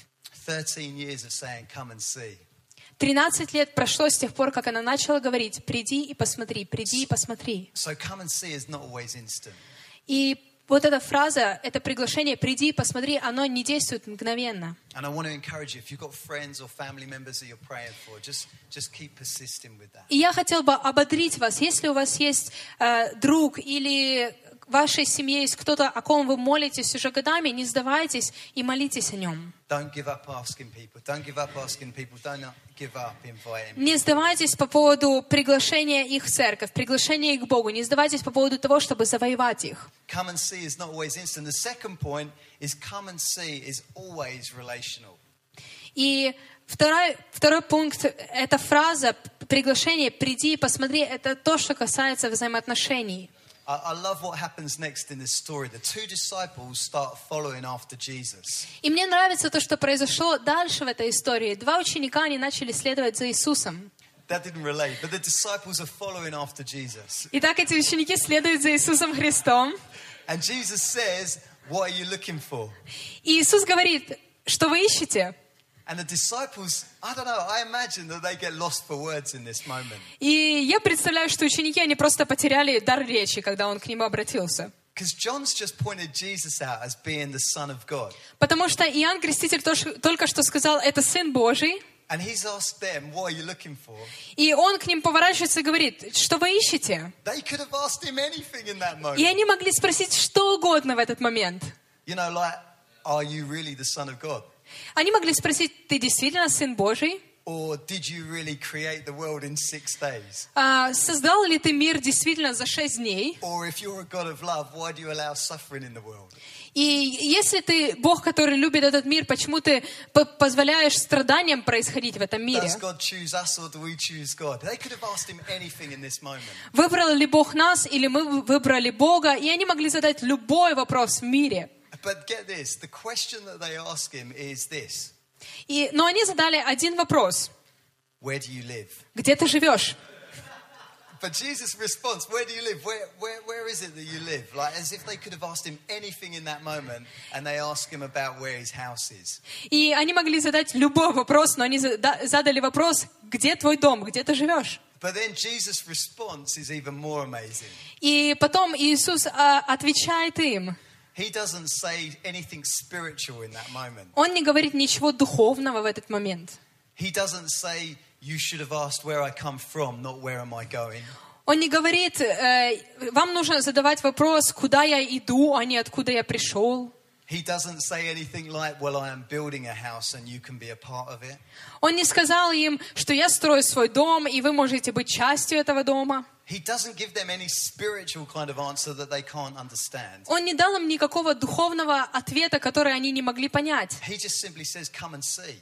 [SPEAKER 1] 13 years of saying, Come and see.
[SPEAKER 2] 13 лет прошло с тех пор, как она начала говорить, приди и посмотри, приди и посмотри.
[SPEAKER 1] So, come and see is not always instant.
[SPEAKER 2] И вот эта фраза, это приглашение, приди и посмотри, оно не действует мгновенно.
[SPEAKER 1] And I want to encourage you, if you've got friends or family members that you're praying for, just, just keep persisting with that.
[SPEAKER 2] И я хотела бы ободрить вас, если у вас есть э, друг или в вашей семье есть кто-то, о ком вы молитесь уже годами, не сдавайтесь и молитесь о нем.
[SPEAKER 1] Don't give up asking people. Don't give up asking people. Don't not give up inviting.
[SPEAKER 2] Не сдавайтесь по поводу приглашения их в церковь, приглашения их к Богу. Не сдавайтесь по поводу того, чтобы завоевать их.
[SPEAKER 1] Come and see is not always instant. The second point is come and see is always relational.
[SPEAKER 2] И второй, второй пункт, эта фраза, приглашение «приди и посмотри», это то, что касается взаимоотношений.
[SPEAKER 1] I, I love what happens next in this story. The two disciples start following after Jesus.
[SPEAKER 2] И мне нравится то, что произошло дальше в этой истории. Два ученика, они начали следовать за Иисусом.
[SPEAKER 1] That didn't relate, but the disciples are following after Jesus.
[SPEAKER 2] Итак, эти ученики следуют за Иисусом Христом.
[SPEAKER 1] And Jesus says, What are you looking for?
[SPEAKER 2] И Иисус говорит, что вы ищете?
[SPEAKER 1] And the disciples, I don't know, I imagine that they get lost for words in this moment.
[SPEAKER 2] И я представляю, что ученики, они просто потеряли дар речи, когда он к ним обратился.
[SPEAKER 1] Because John's just pointed Jesus out as being the Son of God.
[SPEAKER 2] Потому что Иоанн Креститель тоже- только что сказал, это Сын Божий.
[SPEAKER 1] And he's asked them, What are you looking for?
[SPEAKER 2] И он к ним поворачивается и говорит, что вы ищете?
[SPEAKER 1] They could have asked him anything in that moment.
[SPEAKER 2] И они могли спросить что угодно в этот момент.
[SPEAKER 1] You know, like, Are you really the Son of God?
[SPEAKER 2] Они могли спросить, ты действительно Сын Божий?
[SPEAKER 1] Or did you really create the world in six days?
[SPEAKER 2] А, создал ли ты мир действительно за шесть дней?
[SPEAKER 1] Or if you're a God of love, why do you allow suffering in the world?
[SPEAKER 2] И если ты Бог, который любит этот мир, почему ты по- позволяешь страданиям происходить в этом мире?
[SPEAKER 1] Does God choose us or do we choose God? They could have asked him anything in this moment.
[SPEAKER 2] Выбрал ли Бог нас, или мы выбрали Бога? И они могли задать любой вопрос в мире.
[SPEAKER 1] But get this the question that they ask him is this
[SPEAKER 2] И, но они задали один вопрос.
[SPEAKER 1] Where do you live?
[SPEAKER 2] Где ты живешь?
[SPEAKER 1] But Jesus' response, where do you live? Where, where, where is it that you live? Like as if they could have asked him anything in that moment and they ask him about where his house is.
[SPEAKER 2] И они могли задать любой вопрос, но они зада- задали вопрос, где твой дом, где ты живешь?
[SPEAKER 1] But then Jesus' response is even more amazing.
[SPEAKER 2] И потом Иисус а, отвечает им.
[SPEAKER 1] He- He doesn't say anything spiritual in that moment.
[SPEAKER 2] Он не говорит ничего духовного в этот момент.
[SPEAKER 1] He doesn't say, You should have asked where I come from, not where am I going.
[SPEAKER 2] Он не говорит, э, вам нужно задавать вопрос, куда я иду, а не откуда я пришел.
[SPEAKER 1] He doesn't say anything like, Well, I am building a house and you can be a part of it.
[SPEAKER 2] Он не сказал им, что я строю свой дом, и вы можете быть частью этого дома.
[SPEAKER 1] He doesn't give them any spiritual kind of answer that they can't understand.
[SPEAKER 2] Он не дал им никакого духовного ответа, который они не могли понять.
[SPEAKER 1] He just simply says, Come and see.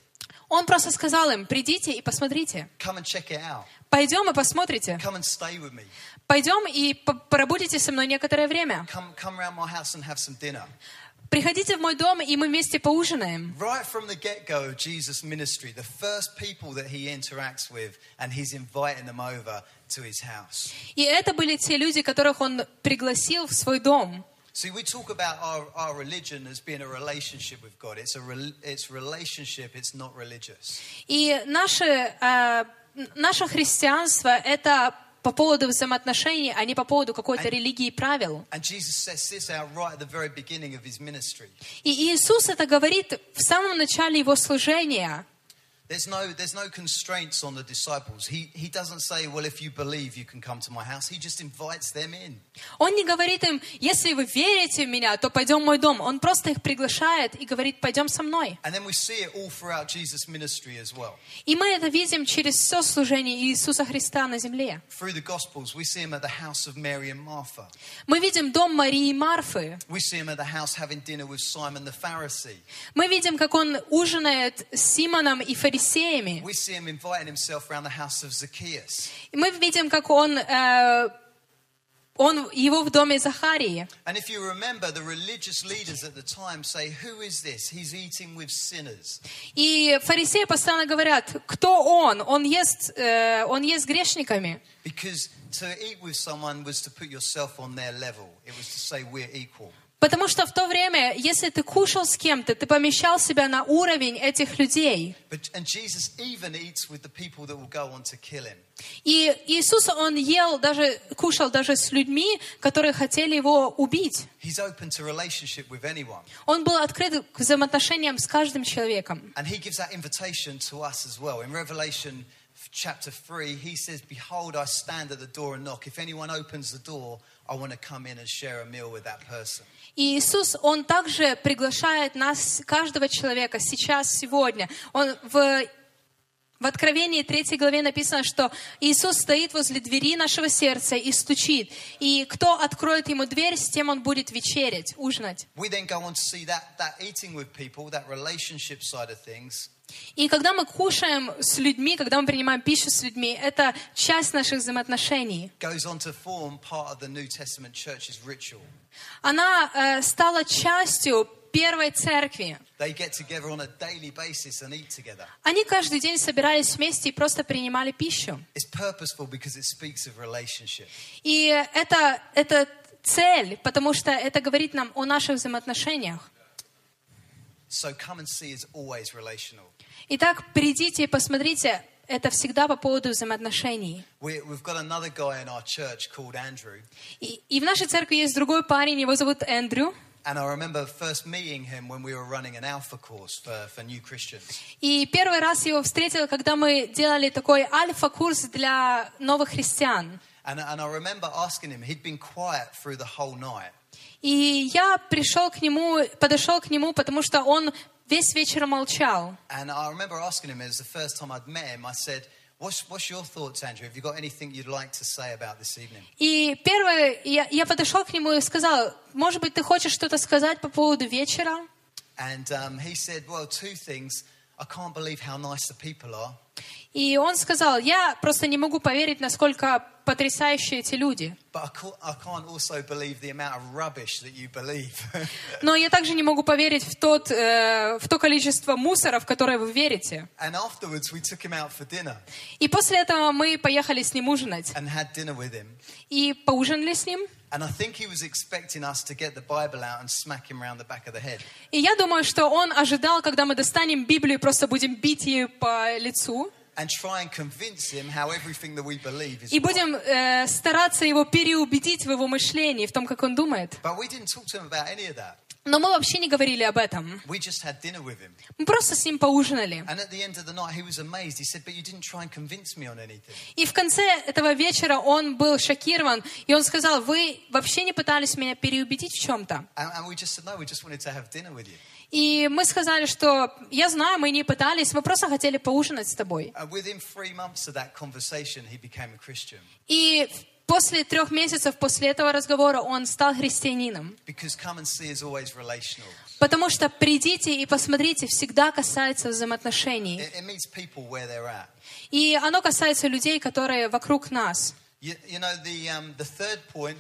[SPEAKER 2] Он просто сказал им, придите и посмотрите.
[SPEAKER 1] Come and check it out.
[SPEAKER 2] Пойдем и посмотрите.
[SPEAKER 1] Come and stay with me.
[SPEAKER 2] Пойдем и по- пробудете со мной некоторое время.
[SPEAKER 1] Come, come round my house and have some dinner.
[SPEAKER 2] Приходите в мой дом, и мы вместе поужинаем.
[SPEAKER 1] Right from the get go of Jesus' ministry, the first people that he interacts with, and he's inviting them over to his house.
[SPEAKER 2] И это были те люди, которых он пригласил в свой дом.
[SPEAKER 1] See, we talk about our, our religion as being a relationship with God. It's a rel it's relationship, it's not religious.
[SPEAKER 2] И наше, э, наше христианство — это по поводу взаимоотношений, а не по поводу какой-то религии и правил.
[SPEAKER 1] And Jesus sets this out right at the very beginning of his ministry.
[SPEAKER 2] И Иисус это говорит в самом начале Его служения.
[SPEAKER 1] There's no, there's no constraints on the disciples. He, he doesn't say, Well, if you believe, you can come to my house. He just invites them in.
[SPEAKER 2] Он не говорит им, если вы верите в меня, то пойдем в мой дом. Он просто их приглашает и говорит, пойдем со мной.
[SPEAKER 1] And then we see it all throughout Jesus' ministry as well.
[SPEAKER 2] И мы это видим через все служение Иисуса Христа на земле.
[SPEAKER 1] Through the Gospels, we see him at the house of Mary and Martha.
[SPEAKER 2] Мы видим дом Марии и Марфы.
[SPEAKER 1] We see him at the house having dinner with Simon the Pharisee.
[SPEAKER 2] Мы видим, как он ужинает с Симоном и фарисеями.
[SPEAKER 1] We see him inviting himself around the house of Zacchaeus.
[SPEAKER 2] И мы видим, как он, э, он его в доме Захарии.
[SPEAKER 1] And if you remember, the religious leaders at the time say, Who is this? He's eating with sinners.
[SPEAKER 2] И фарисеи постоянно говорят, кто он? Он ест, э, он ест с грешниками.
[SPEAKER 1] Because to eat with someone was to put yourself on their level, it was to say, We're equal.
[SPEAKER 2] Потому что в то время, если ты кушал с кем-то, ты помещал себя на уровень этих людей.
[SPEAKER 1] But, and Jesus even eats with the people that will go on to kill him.
[SPEAKER 2] И Иисус, он ел, даже, кушал даже с людьми, которые хотели его убить.
[SPEAKER 1] He's open to relationship with anyone.
[SPEAKER 2] Он был открыт к взаимоотношениям с каждым человеком.
[SPEAKER 1] And he gives that invitation to us as well. In Revelation f- chapter 3, he says, Behold, I stand at the door and knock. If anyone opens the door, I want to come in and share a meal with that person.
[SPEAKER 2] И Иисус, Он также приглашает нас, каждого человека, сейчас, сегодня. Он в, в Откровении 3 главе написано, что Иисус стоит возле двери нашего сердца и стучит. И кто откроет Ему дверь, с тем Он будет вечерять, ужинать.
[SPEAKER 1] We then go on to see that, that eating with people, that relationship side of things,
[SPEAKER 2] И когда мы кушаем с людьми, когда мы принимаем пищу с людьми, это часть наших взаимоотношений.
[SPEAKER 1] goes on to form part of the New Testament church's ritual.
[SPEAKER 2] Она э, стала частью первой церкви.
[SPEAKER 1] They get together on a daily basis and eat together.
[SPEAKER 2] Они каждый день собирались вместе и просто принимали пищу.
[SPEAKER 1] It's purposeful because it speaks of relationship.
[SPEAKER 2] И это, это цель, потому что это говорит нам о наших взаимоотношениях.
[SPEAKER 1] So come and see is always relational.
[SPEAKER 2] Итак, придите и посмотрите, это всегда по поводу взаимоотношений.
[SPEAKER 1] We, we've got another guy in our church called Andrew,
[SPEAKER 2] И, и в нашей церкви есть другой парень, его зовут Эндрю.
[SPEAKER 1] and I remember first meeting him when we were running an alpha course for, for new Christians.
[SPEAKER 2] И первый раз его встретила, когда мы делали такой альфа-курс для новых христиан.
[SPEAKER 1] And, and I remember asking him, he'd been quiet through the whole night.
[SPEAKER 2] И я пришел к нему, подошел к нему, потому что он весь вечер молчал.
[SPEAKER 1] And I remember asking him, it was the first time I'd met him, I said, What's, what's your thoughts, Andrew? Have you got anything you'd like to say about this evening?
[SPEAKER 2] И первое, я, я подошел к нему и сказал, может быть, ты хочешь что-то сказать по поводу вечера?
[SPEAKER 1] And um, he said, Well, two things. I can't believe how nice the people are.
[SPEAKER 2] И он сказал, я просто не могу поверить, насколько потрясающие эти люди.
[SPEAKER 1] But I can't, I can't also believe the amount of rubbish that you believe.
[SPEAKER 2] Но я также не могу поверить в, тот, э, в то количество мусора, в которое вы верите.
[SPEAKER 1] and afterwards, we took him out for dinner
[SPEAKER 2] И после этого мы поехали с ним ужинать.
[SPEAKER 1] and had dinner with him.
[SPEAKER 2] И поужинали с ним.
[SPEAKER 1] And I think he was expecting us to get the Bible out and smack him round the back of the head.
[SPEAKER 2] И я думаю, что он ожидал, когда мы достанем Библию и просто будем бить ее по лицу.
[SPEAKER 1] And try and convince him how everything that we believe is.
[SPEAKER 2] И будем э, стараться его переубедить в его мышлении, в том, как он думает.
[SPEAKER 1] But we didn't talk to him about any of that.
[SPEAKER 2] Но мы вообще не говорили об этом.
[SPEAKER 1] We just had dinner with him.
[SPEAKER 2] Мы просто с ним поужинали.
[SPEAKER 1] And at the end of the night, he was amazed. He said, But you didn't try and convince me on anything.
[SPEAKER 2] И в конце этого вечера он был шокирован, и он сказал, вы вообще не пытались меня переубедить в чем-то.
[SPEAKER 1] And, and we just said, No, we just wanted to have dinner with you.
[SPEAKER 2] И мы сказали, что я знаю, мы не пытались, мы просто хотели поужинать с тобой.
[SPEAKER 1] And within three months of that conversation, he became a Christian
[SPEAKER 2] И после трех месяцев после этого разговора он стал христианином.
[SPEAKER 1] because come and see is always relational.
[SPEAKER 2] Потому что придите и посмотрите, всегда касается взаимоотношений.
[SPEAKER 1] It, it meets people where they're at.
[SPEAKER 2] И оно касается людей, которые вокруг нас.
[SPEAKER 1] You, you know, the, um, the third point,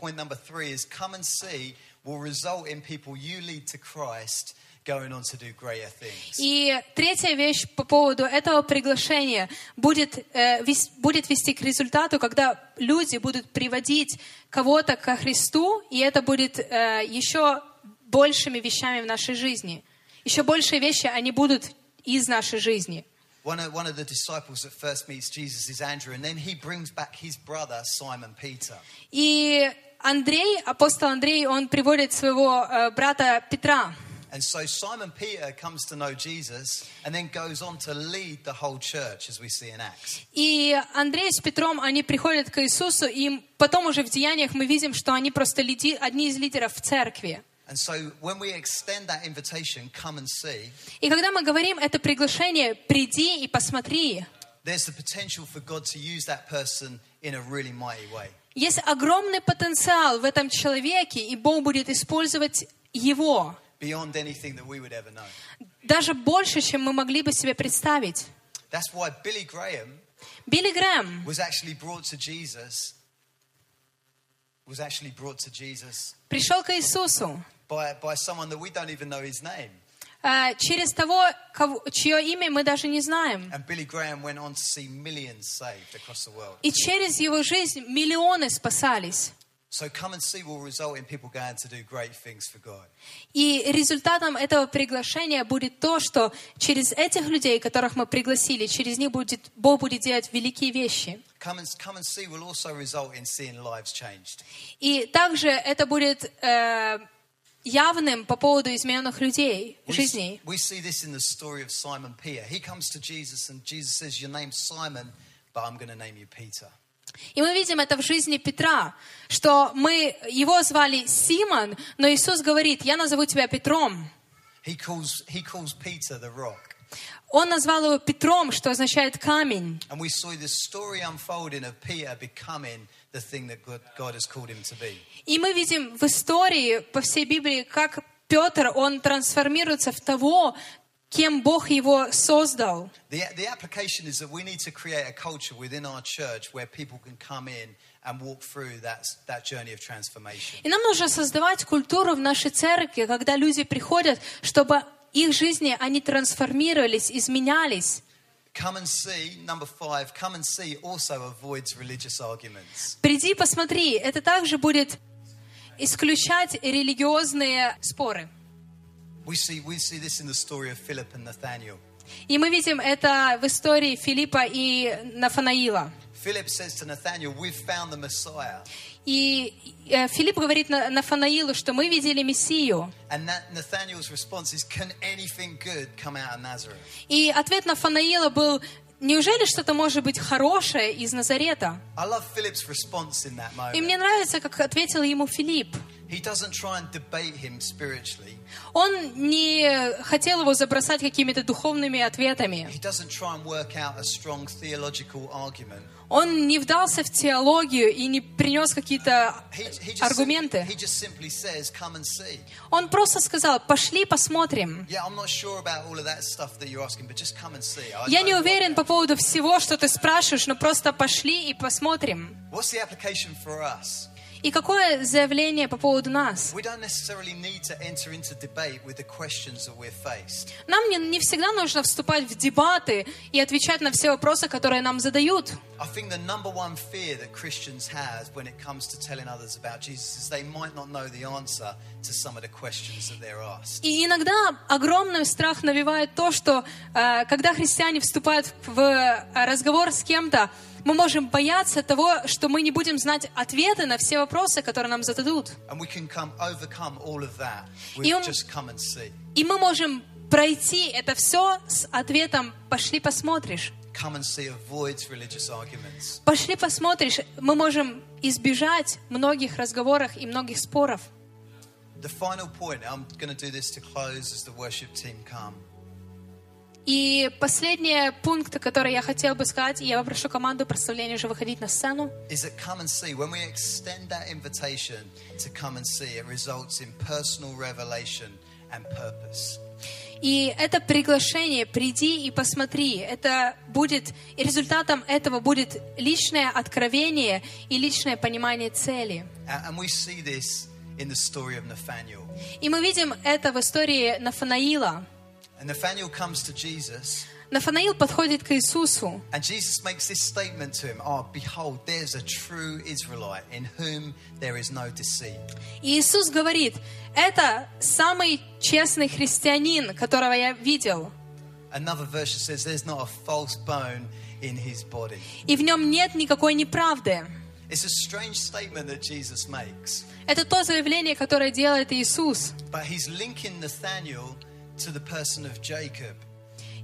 [SPEAKER 1] point number three, is come and see will result in people you lead to Christ going on to do greater things.
[SPEAKER 2] И третья вещь по поводу этого приглашения будет, э, вес- будет вести к результату, когда люди будут приводить кого-то ко Христу, и это будет э, еще большими вещами в нашей жизни. Еще большие вещи, они будут из нашей жизни.
[SPEAKER 1] One of, one of the disciples that first meets Jesus is Andrew, and then he brings back his brother, Simon Peter.
[SPEAKER 2] И Андрей, апостол Андрей, он приводит своего э, брата Петра.
[SPEAKER 1] And so Simon Peter comes to know Jesus and then goes on to lead the whole church, as we see in Acts.
[SPEAKER 2] И Андрей с Петром, они приходят к Иисусу, и потом уже в деяниях мы видим, что они просто лиди- одни из лидеров в церкви.
[SPEAKER 1] And so when we extend that invitation, come and see,
[SPEAKER 2] И когда мы говорим это приглашение «приди и посмотри»,
[SPEAKER 1] there's the potential for God to use that person in a really mighty way.
[SPEAKER 2] есть огромный потенциал в этом человеке, и Бог будет использовать его
[SPEAKER 1] beyond anything that we would ever know.
[SPEAKER 2] даже больше, чем мы могли бы себе представить.
[SPEAKER 1] That's why Billy Graham
[SPEAKER 2] Билли Грэм
[SPEAKER 1] was actually brought to Jesus was actually brought to Jesus
[SPEAKER 2] пришел к Иисусу
[SPEAKER 1] by, by someone that we don't even know his name.
[SPEAKER 2] э, через того, кого- чье имя мы даже не знаем.
[SPEAKER 1] And Billy Graham went on to see millions saved across the world.
[SPEAKER 2] И через его жизнь миллионы спасались.
[SPEAKER 1] So come and see will result in people going to do great things for God.
[SPEAKER 2] И результатом этого приглашения будет то, что через этих людей, которых мы пригласили, через них будет, Бог будет делать великие вещи.
[SPEAKER 1] Come and, come and see will also result in seeing lives changed.
[SPEAKER 2] И также это будет э, явным по поводу измененных людей,
[SPEAKER 1] We,
[SPEAKER 2] жизней.
[SPEAKER 1] we see this in the story of Simon Peter. He comes to Jesus and Jesus says, Your name's Simon, but I'm going to name you Peter.
[SPEAKER 2] И мы видим это в жизни Петра, что мы, его звали Симон, но Иисус говорит, я назову тебя Петром.
[SPEAKER 1] He calls, he calls Peter the rock.
[SPEAKER 2] Он назвал его Петром, что означает камень.
[SPEAKER 1] And we saw this story unfolding of Peter becoming the thing that God, God has called him to be.
[SPEAKER 2] И мы видим в истории, по всей Библии, как Петр, он трансформируется в того, кем Бог его создал.
[SPEAKER 1] The, the application is that we need to create a culture within our church where people can come in and walk through that, that journey of transformation.
[SPEAKER 2] И нам нужно создавать культуру в нашей церкви, когда люди приходят, чтобы их жизни, они трансформировались, изменялись.
[SPEAKER 1] Come and see, number five, come and see also avoids religious arguments.
[SPEAKER 2] Приди, посмотри, это также будет исключать религиозные споры.
[SPEAKER 1] We see, we see this in the story of Philip and Nathaniel.
[SPEAKER 2] И мы видим это в истории Филиппа и Нафанаила.
[SPEAKER 1] Philip says to Nathaniel, We've found the Messiah.
[SPEAKER 2] И э, Филипп говорит На- Нафанаилу, что мы видели Мессию.
[SPEAKER 1] And that Nathaniel's response is, Can anything good come out of Nazareth?
[SPEAKER 2] И ответ Нафанаила был, неужели что-то может быть хорошее из Назарета?
[SPEAKER 1] I love Philip's response in that
[SPEAKER 2] И
[SPEAKER 1] moment.
[SPEAKER 2] мне нравится, как ответил ему Филипп.
[SPEAKER 1] He doesn't try and debate him spiritually.
[SPEAKER 2] Он не хотел его забросать какими-то духовными ответами.
[SPEAKER 1] He doesn't try and work out a strong theological argument.
[SPEAKER 2] Он не вдался в теологию и не принес какие-то
[SPEAKER 1] He, he, just
[SPEAKER 2] аргументы.
[SPEAKER 1] he just simply says, Come and see.
[SPEAKER 2] Он просто сказал, пошли посмотрим.
[SPEAKER 1] Yeah, I'm not sure about all of that stuff that you're asking, but just come and see. I
[SPEAKER 2] Я
[SPEAKER 1] know
[SPEAKER 2] не
[SPEAKER 1] what-
[SPEAKER 2] уверен по поводу всего, что ты спрашиваешь, но просто пошли и посмотрим.
[SPEAKER 1] What's the application for us?
[SPEAKER 2] И какое заявление по поводу нас?
[SPEAKER 1] We don't necessarily need to enter into debate with the questions that we're faced.
[SPEAKER 2] Нам не, не всегда нужно вступать в дебаты и отвечать на все вопросы, которые нам задают.
[SPEAKER 1] I think the number one fear that Christians have when it comes to telling others about Jesus is they might not know the answer to some of the questions that they're asked.
[SPEAKER 2] И иногда огромный страх навевает то, что э, когда христиане вступают в, в э, разговор с кем-то, мы можем бояться того, что мы не будем знать ответы на все вопросы, которые нам зададут.
[SPEAKER 1] And we can come overcome all of that with
[SPEAKER 2] И он-
[SPEAKER 1] just come and see.
[SPEAKER 2] И мы можем пройти это все с ответом «пошли посмотришь».
[SPEAKER 1] Come and see avoids religious arguments.
[SPEAKER 2] «Пошли посмотришь» мы можем избежать многих разговоров и многих споров.
[SPEAKER 1] The final point, I'm going to do this to close as the worship team come.
[SPEAKER 2] И последний пункт, который я хотела бы сказать, и я попрошу команду прославления уже выходить на сцену,
[SPEAKER 1] is that come and see. When we extend that invitation to come and see, it results in personal revelation and purpose.
[SPEAKER 2] И это приглашение «приди и посмотри», это будет, и результатом этого будет личное откровение и личное понимание цели.
[SPEAKER 1] A- And we see this in the story of Nathaniel.
[SPEAKER 2] И мы видим это в истории Нафанаила.
[SPEAKER 1] And Nathaniel comes to Jesus,
[SPEAKER 2] Нафанаил подходит к Иисусу,
[SPEAKER 1] and Jesus makes this statement to him Oh, behold, there's a true Israelite in whom there is no deceit.
[SPEAKER 2] и Иисус говорит, «Это самый честный христианин, которого я видел,
[SPEAKER 1] Another version says, There's not a false bone in his body.
[SPEAKER 2] и в нем нет никакой неправды».
[SPEAKER 1] It's a strange statement that Jesus makes,
[SPEAKER 2] Это то заявление, которое делает Иисус.
[SPEAKER 1] but he's linking Nathaniel to the person of Jacob.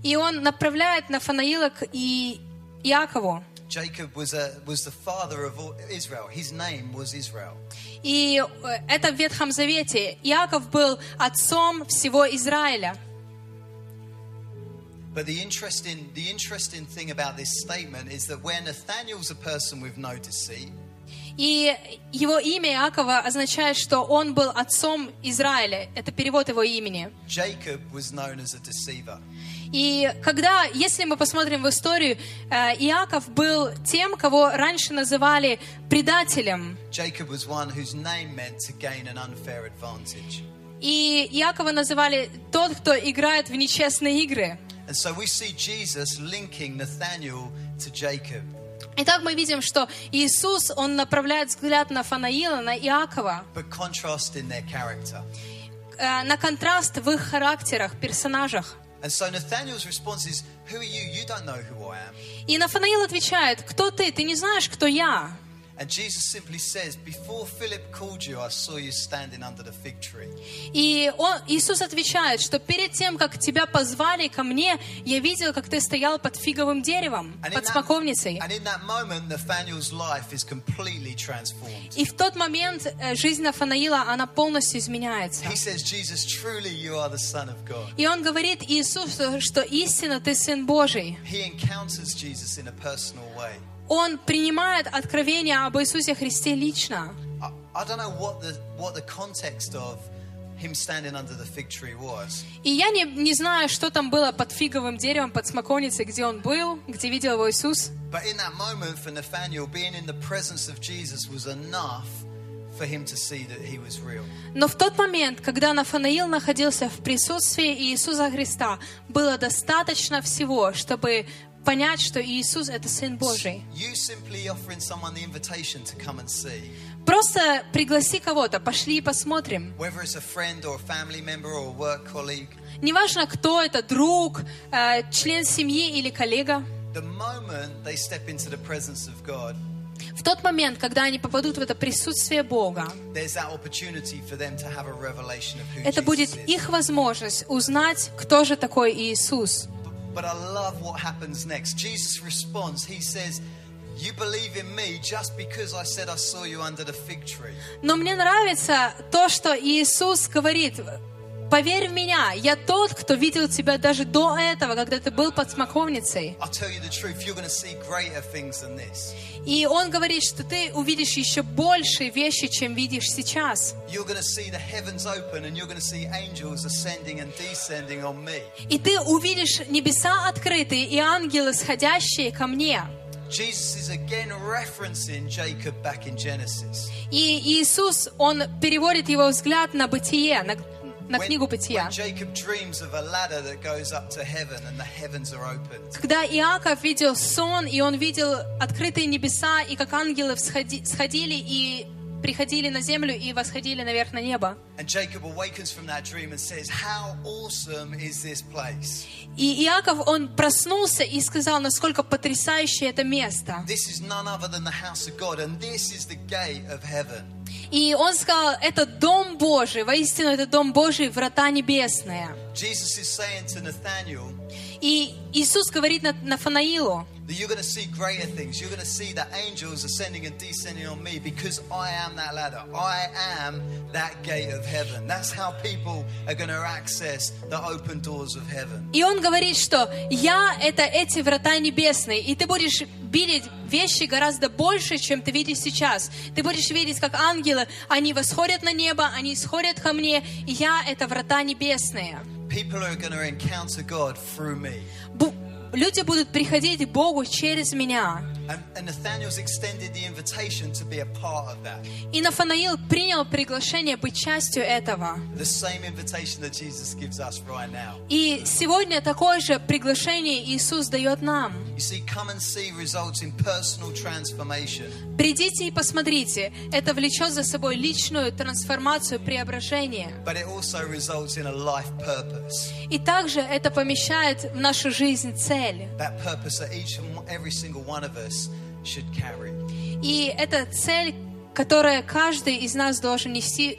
[SPEAKER 2] И Он направляет Нафанаила к И- Иакову.
[SPEAKER 1] Jacob was, a, was the father of all Israel. His name was Israel.
[SPEAKER 2] И э, это в Ветхом Завете. Иаков был отцом всего Израиля.
[SPEAKER 1] But the interesting, the interesting thing about this statement is that where Nathaniel's a person with no deceit,
[SPEAKER 2] И его имя Иакова означает, что он был отцом Израиля. Это перевод его имени.
[SPEAKER 1] Jacob was known as a deceiver.
[SPEAKER 2] И когда, если мы посмотрим в историю, э, Иаков был тем, кого раньше называли предателем.
[SPEAKER 1] Jacob was one whose name meant to gain an unfair advantage.
[SPEAKER 2] И Иакова называли тот, кто играет в нечестные игры.
[SPEAKER 1] And so we see Jesus linking Nathaniel to Jacob.
[SPEAKER 2] Итак, мы видим, что Иисус, Он направляет взгляд на Фанаила, на Иакова,
[SPEAKER 1] But contrasting their character.
[SPEAKER 2] э, на контраст в их характерах, персонажах.
[SPEAKER 1] And so Nathaniel's response is, Who are you? You don't know who I am.
[SPEAKER 2] И Нафанаил отвечает, кто ты? Ты не знаешь, кто я.
[SPEAKER 1] And Jesus simply says, Before Philip called you, I saw you standing under the fig tree.
[SPEAKER 2] И он, Иисус отвечает, что перед тем, как тебя позвали ко мне, я видел, как ты стоял под фиговым деревом,
[SPEAKER 1] And in,
[SPEAKER 2] под
[SPEAKER 1] that,
[SPEAKER 2] смоковницей.
[SPEAKER 1] and in that moment, Nathaniel's life is completely transformed.
[SPEAKER 2] И в тот момент э, жизнь Нафанаила, она полностью изменяется.
[SPEAKER 1] He says, Jesus, truly you are the Son of God.
[SPEAKER 2] И он говорит Иисусу, что истинно ты Сын Божий.
[SPEAKER 1] He encounters Jesus in a personal way.
[SPEAKER 2] Он принимает откровение об Иисусе Христе лично.
[SPEAKER 1] I, I don't know what the, what the context of him standing under the fig tree was,
[SPEAKER 2] И я не, не знаю, что там было под фиговым деревом, под смоковницей, где он был, где видел его Иисус.
[SPEAKER 1] but in that moment for Nathaniel, being in the presence of Jesus was enough for him to see that he was real.
[SPEAKER 2] Но в тот момент, когда Нафанаил находился в присутствии Иисуса Христа, было достаточно всего, чтобы понять, что Иисус — это Сын Божий.
[SPEAKER 1] You simply offering someone the invitation to come and see,
[SPEAKER 2] Просто пригласи кого-то, пошли и посмотрим.
[SPEAKER 1] whether it's a friend or a family member or a work colleague.
[SPEAKER 2] Неважно, кто это, друг, э, член семьи или коллега.
[SPEAKER 1] The moment they step into the presence of God,
[SPEAKER 2] В тот момент, когда они попадут в это присутствие Бога,
[SPEAKER 1] there's that opportunity for them to have a revelation of who
[SPEAKER 2] это будет
[SPEAKER 1] Jesus is.
[SPEAKER 2] их возможность узнать, кто же такой Иисус.
[SPEAKER 1] But I love what happens next. Jesus responds. He says, "You believe in me just because I said I saw you under the fig tree."
[SPEAKER 2] Но мне нравится то, что Иисус говорит, поверь в меня, я тот, кто видел тебя даже до этого, когда ты был под смоковницей.
[SPEAKER 1] I'll tell you the truth. You're going to see greater things than this.
[SPEAKER 2] И Он говорит, что ты увидишь еще большие вещи, чем видишь сейчас.
[SPEAKER 1] You're going to see the heavens open, and you're going to see angels ascending and descending on me.
[SPEAKER 2] И ты увидишь небеса открытые и ангелы, сходящие ко мне.
[SPEAKER 1] Jesus is again referencing Jacob back in Genesis.
[SPEAKER 2] И Иисус, Он переводит его взгляд на бытие, на, на
[SPEAKER 1] When-
[SPEAKER 2] книгу бытия.
[SPEAKER 1] when Jacob dreams of a ladder that goes up to heaven and the heavens are opened.
[SPEAKER 2] Когда Иаков видел сон, и он видел открытые небеса, и как ангелы всходи- сходили и приходили на землю и восходили наверх на небо.
[SPEAKER 1] And Jacob awakens from that dream and says, How awesome is this place?
[SPEAKER 2] И Иаков, он проснулся и сказал, насколько потрясающее это место.
[SPEAKER 1] This is none other than the house of God, and this is the gate of heaven.
[SPEAKER 2] И он сказал, это дом Божий, воистину это дом Божий, врата небесные.
[SPEAKER 1] Jesus is saying to Nathaniel
[SPEAKER 2] И Иисус говорит На- Нафанаилу,
[SPEAKER 1] that you're going to see greater things. You're going to see that angels ascending and descending on me because I am that ladder. I am that gate of heaven. That's how people are going to access the open doors of heaven.
[SPEAKER 2] и он говорит, что я — это эти врата небесные, и ты будешь видеть вещи гораздо больше, чем ты видишь сейчас. Ты будешь видеть, как ангелы, они восходят на небо, они сходят ко мне, и я — это врата небесные.
[SPEAKER 1] People are going to encounter God through me.
[SPEAKER 2] Бу- люди будут приходить к Богу через меня.
[SPEAKER 1] And, and Nathaniel's extended the invitation to be a part of that.
[SPEAKER 2] И Нафанаил принял приглашение быть частью этого.
[SPEAKER 1] The same invitation that Jesus gives us right now.
[SPEAKER 2] И сегодня такое же приглашение Иисус дает нам.
[SPEAKER 1] You see, come and see results in personal transformation.
[SPEAKER 2] Придите и посмотрите. Это влечет за собой личную трансформацию, преображение.
[SPEAKER 1] but it also results in a life purpose.
[SPEAKER 2] И также это помещает в нашу жизнь цель.
[SPEAKER 1] That purpose that each and every single one of us should carry.
[SPEAKER 2] И это цель, которую каждый из нас должен нести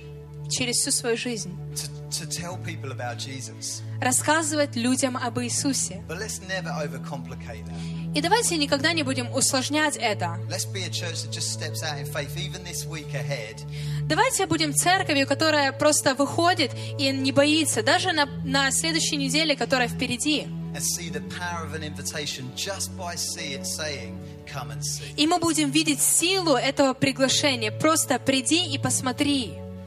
[SPEAKER 2] через всю свою жизнь.
[SPEAKER 1] To, to tell people about Jesus.
[SPEAKER 2] Рассказывать людям об Иисусе.
[SPEAKER 1] But let's never overcomplicate that.
[SPEAKER 2] И давайте никогда не будем усложнять это.
[SPEAKER 1] Let's be a church that just steps out in faith, even this week ahead,
[SPEAKER 2] Давайте будем церковью, которая просто выходит и не боится, даже на, на следующей неделе, которая впереди.
[SPEAKER 1] and see the power of an invitation just by see it saying, Come and see.
[SPEAKER 2] И мы будем видеть силу этого приглашения. Просто приди и посмотри.